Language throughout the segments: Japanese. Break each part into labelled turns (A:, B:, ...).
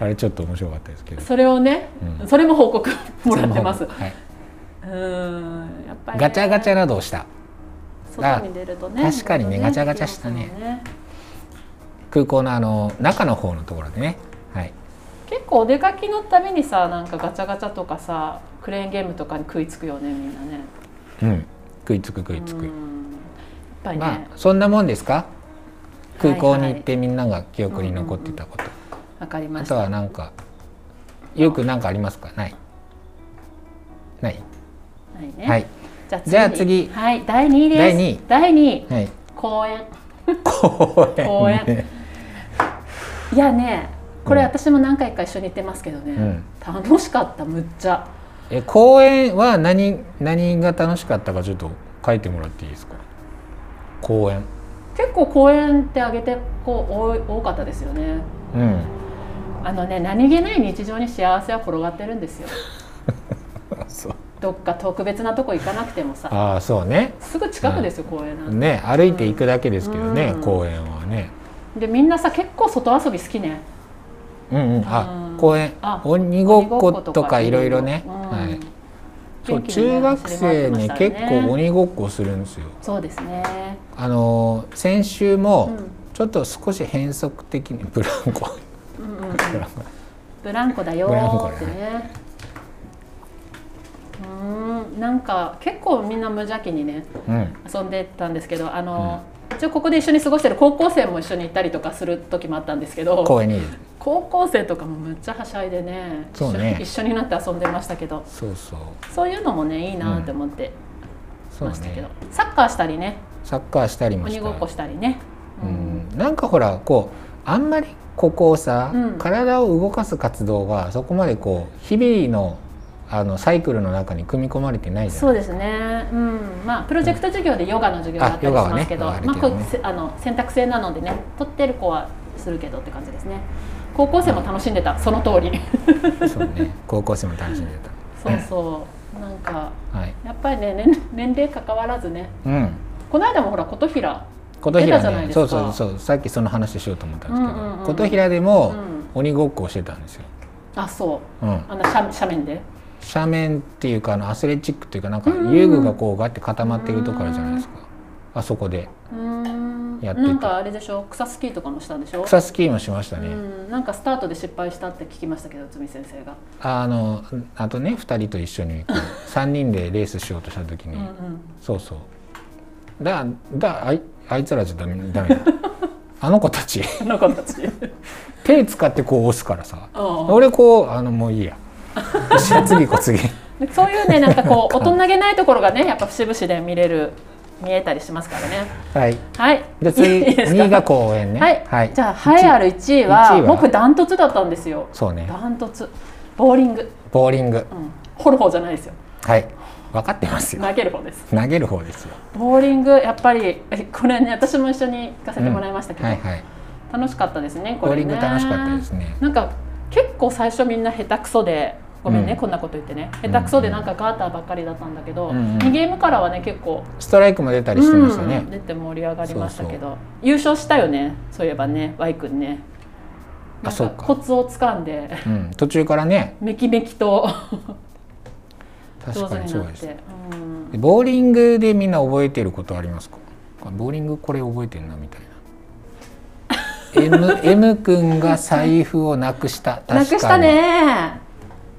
A: あれちょっと面白かったですけど
B: それをね、
A: うん
B: それも報告もらってます
A: その方はい、
B: うんやっぱりね、
A: ガチャガチャなどをした
B: 外に出るとね
A: 確かにね
B: いろいろ
A: ガチャガチャしたね
B: できますもん
A: 空港のあの中の方のところでねはい
B: 結構お出かけのためにさなんかガチャガチャとかさクレーンゲームとかに食いつくよねみんなね
A: うん食いつく食いつく、
B: うんやっぱりね、
A: まあそんなもんですか空港に行っ
B: は
A: てみんなが記憶に残ってたこと、
B: わかりま
A: あ
B: し
A: と
B: た
A: はなんかよくなんかありますかないない、
B: はいね
A: はい
B: じゃあ次
A: じゃあ次
B: はい第2位です
A: 第二位
B: 第二位
A: はい
B: 公園
A: 公園
B: 公園
A: ね
B: いやねこれ
A: うん
B: 私も何回か一緒に行ってますけどね、
A: うん
B: 楽しかったむっちゃ
A: え公園は何何が楽しかったかちょっと書いてもらっていいですか公園
B: 結構公園ってあげてこう多い多かったですよね
A: うん
B: あのね何気ない日常に幸せは転がってるんですよ
A: そう
B: どっか特別なとこ行かなくてもさ
A: ああそうね
B: すぐ近くですよ公園なんて、
A: ね歩いていくだけですけどね、
B: うん
A: 公園はね
B: でみんなさ結構外遊び好きね
A: うんうんあ
B: うん
A: 公園
B: あ
A: 鬼ごっことかいろいろね、
B: うん
A: はい、そう中学生ね結構鬼ごっこするんですよ。
B: そうですね。
A: あのー先週
B: うん
A: もちょっと少し変則的にブランコ
B: うんうんうんブランコだよ
A: ブランコ
B: ー
A: だ
B: ってね。うーんなんか結構みんな無邪気にね
A: うん
B: 遊んでたんですけどあの、一応ここで一緒に過ごしてる高校生も一緒に行ったりとかする時もあったんですけど
A: 公園に
B: 高校生とかもむっちゃはしゃいでね
A: そう
B: 一
A: ね
B: 緒に一緒になって遊んでましたけど
A: そうそう
B: そういうのもねいいなって思って
A: そう
B: ましたけど、
A: ね
B: サッカーしたりね
A: サッカーしたりもし
B: 鬼
A: た
B: ごっこしたりね、
A: う、ん、なんかほらこうあんまりここをさ、
B: うん
A: 体を動かす活動がそこまでこう日々のあのサイクルの中に組み込まれてないじゃ
B: そ
A: な
B: う
A: い
B: ですね、うんまあ、プロジェクト授業でヨガの授業があった
A: あ
B: り
A: ヨガ
B: し
A: は
B: ま
A: ね
B: すけど、
A: あるけど
B: まあ、
A: ね
B: こうせあの選択制なのでね取ってる子はするけどって感じですね高校生も楽しんでたその通り
A: そうね高校生も楽しんで
B: そうそうなんか
A: たはい
B: やっぱりね年年齢関わらずね
A: うん
B: この間もほら琴平
A: 琴
B: 出た
A: 平
B: じゃない
A: ね
B: です
A: そう
B: か
A: そうそうさっきその話しようと思ったんですけど、
B: うんうんうん
A: 琴平で
B: う
A: も
B: ん
A: 鬼ごっこをしてたんですよ、
B: あそう
A: うん、
B: あの斜斜面で
A: 斜面っていうかあのアスレチックっていうかなんか
B: うんうん
A: 遊具がこうガって固まってるとこあるじゃないですか、あそこで
B: うーん
A: やってて
B: なんかあれでしょ草スキーとかもしたんでしょ
A: 草スキーもしました
B: う
A: ね、
B: んなんかスタートで失敗したって聞きましたけど内海先生が、
A: あのあとね2人と一緒に こう3人でレースしようとした時に、
B: うんうん
A: そうそうだだあいあいつらじゃダメ ダメだあの子たち
B: あの子た ち
A: 手使ってこう押すからさ
B: うん
A: 俺こうあのもういいやよし次行こう次
B: でそういうねなんかこう大人げないところがねやっぱ節々で見れる見えたりしますからね
A: はい
B: はい
A: じゃあ次
B: いいですか
A: 2位が公園ね
B: はい、じゃあ栄えある1位
A: 一位
B: は
A: は
B: 僕ダントツだったんですよ
A: そうね
B: ダントツボーリング、
A: ボーリング
B: うん、掘る方じゃないですよ
A: はい分かってますよ
B: 投げる方です
A: 投げる方ですよ
B: ボーリングやっぱりえこれね私も一緒に行かせてもらいましたけど、
A: はいはい
B: 楽しかったですねこ
A: ボー
B: れ
A: リ
B: ね
A: ング楽しかったですね
B: なんか結構最初みんな下手くそでごめんね、
A: うん
B: こんなこと言ってね下手くそでなんかガーターばっかりだったんだけど、
A: うんうん
B: 2ゲームからはね結構
A: ストライクも出たりしてましたね、
B: うん、出て盛り上がりましたけど優勝したよねそういえばね Y 君ね
A: あ
B: なん
A: そうか
B: コツをつかんで
A: うん途中からね
B: めきめきと
A: 確
B: 上手
A: かに
B: に
A: そ
B: な
A: う
B: っ
A: です
B: て、うん
A: でボーリングでみんな覚えてることありますかボーリングこれ覚えてんな みたいな M, M 君が財布をなくした確かに
B: なくしたね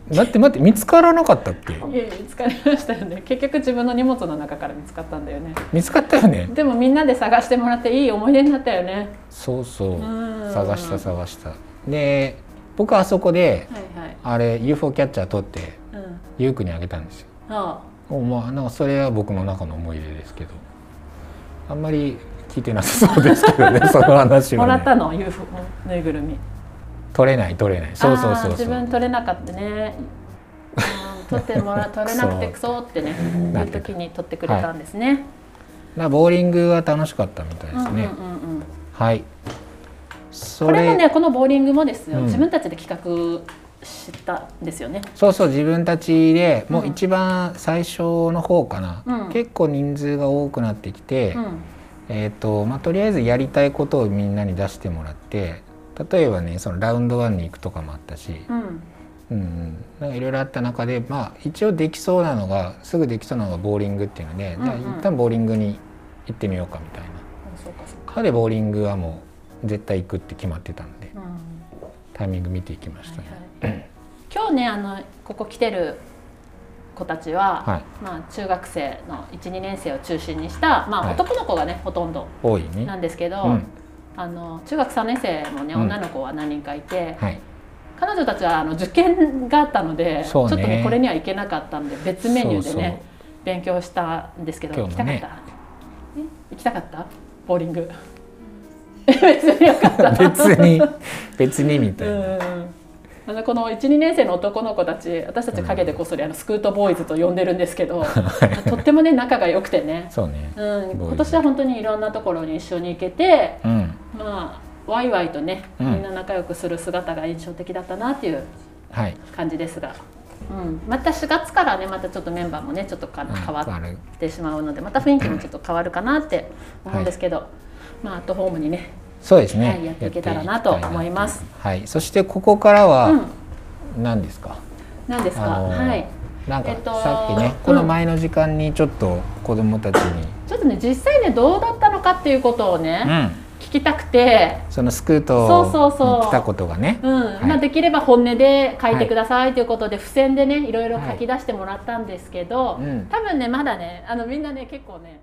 A: 待って待って見つからなかったっけ
B: いや見つかりましたよね 結局自分の荷物の中から見つかったんだよね
A: 見つかったよね
B: でもみんなで探してもらっていい思い出になったよね
A: そうそう
B: うん
A: 探した探したで僕あそこで
B: はいはい、
A: あれ UFO キャッチャー取って
B: うん、
A: ゆうくんにあげたんですよ
B: あ
A: おまあなんかそれは僕の中の思い出ですけどあんまり聞いてなさそうですけ どねその話
B: あ
A: は、
B: も
A: ね、
B: らったの UFO ぬいぐるみ
A: 取れない取れないそうそう
B: あー
A: そう
B: 自
A: そ
B: 分
A: う
B: 取れなかったねうん取ってもら取れなくてクソってね言
A: なっ
B: う
A: てた
B: 時に取ってくれたんですね、
A: まあボーリングは楽しかったみたいです
B: うんう
A: ね、
B: んうんうん
A: はいそ
B: これもねこのボーリングもですよ、
A: うん
B: 自分たちで企画したんですよね
A: そうそう自分たちでもううん一番最初の方かな、
B: うん
A: 結構人数が多くなってきて、
B: うん
A: えーとまあ、とりあえずやりたいことをみんなに出してもらって例えばねそのラウンドワンに行くとかもあったし、
B: うん
A: うんうん、いろいろあった中で、まあ、一応できそうなのがすぐできそうなのがボーリングっていうので、
B: うんうん
A: じゃあ一旦ボーリングに行ってみようかみたい
B: あそうかそう
A: なのでボーリングはもう絶対行くって決まってたんで
B: か、うんは
A: タイミング見ていきましたね。
B: いはい、今日ねあのここ来てる子たちは、
A: はい、
B: まあ、中学生の12年生を中心にした、ま
A: は
B: あ、
A: い
B: 男の子がね、ほとんど
A: 多い
B: な
A: ね、
B: んですけど、
A: うん
B: あの中学3年生もね
A: うん
B: 女の子は何人かいて、
A: はい、
B: 彼女たちはあの受験があったので、ち
A: そ
B: ょ
A: う
B: っ
A: ね
B: とねこれには行けなかったので別メニューでね
A: そうそう
B: 勉強したんですけど、
A: 今
B: 行
A: 日
B: きた
A: も
B: かっ
A: ね
B: たえ行きたかったボーリング別によかった
A: 別に別にみた
B: う
A: いな、
B: んあのこの12年生の男の子たち私たち陰でこっそりあのスクートボーイズと呼んでるんですけど、 とってもね仲が良くてね、
A: そうね
B: うん、
A: ボーイズ
B: 今年は本当にいろんなところに一緒に行けて
A: うん
B: まあワイワイとね
A: うん
B: みんな仲良くする姿が印象的だったなっていう
A: はい
B: 感じですが、うん、また4月からねまたちょっとメンバーもねちょっとか変わ
A: あ
B: っ
A: る
B: てしまうのでまた雰囲気もちょっと変わるかなって思うんですけど、まあアットホームにね
A: そうですね、
B: はいやっていけたらなと思います
A: やっていきたいなとはいそしてここから
B: う
A: は
B: ん
A: 何ですか、
B: 何ですか、
A: あのー
B: はい
A: なんか
B: えっと
A: さっきね、
B: うん
A: この前の時間にちょっと子供たちに、
B: ちょっとね実際ねどうだったのかっていうことをね、
A: うん、
B: 聞きたくて、
A: そのスクート
B: そうそうそう
A: に来たことがね
B: うん
A: い
B: まあ、できれば本音で書いてくださいということで、付箋でねいろいろ書き出してもらったんですけど、
A: うん
B: 多分ねまだねあのみんなね結構ね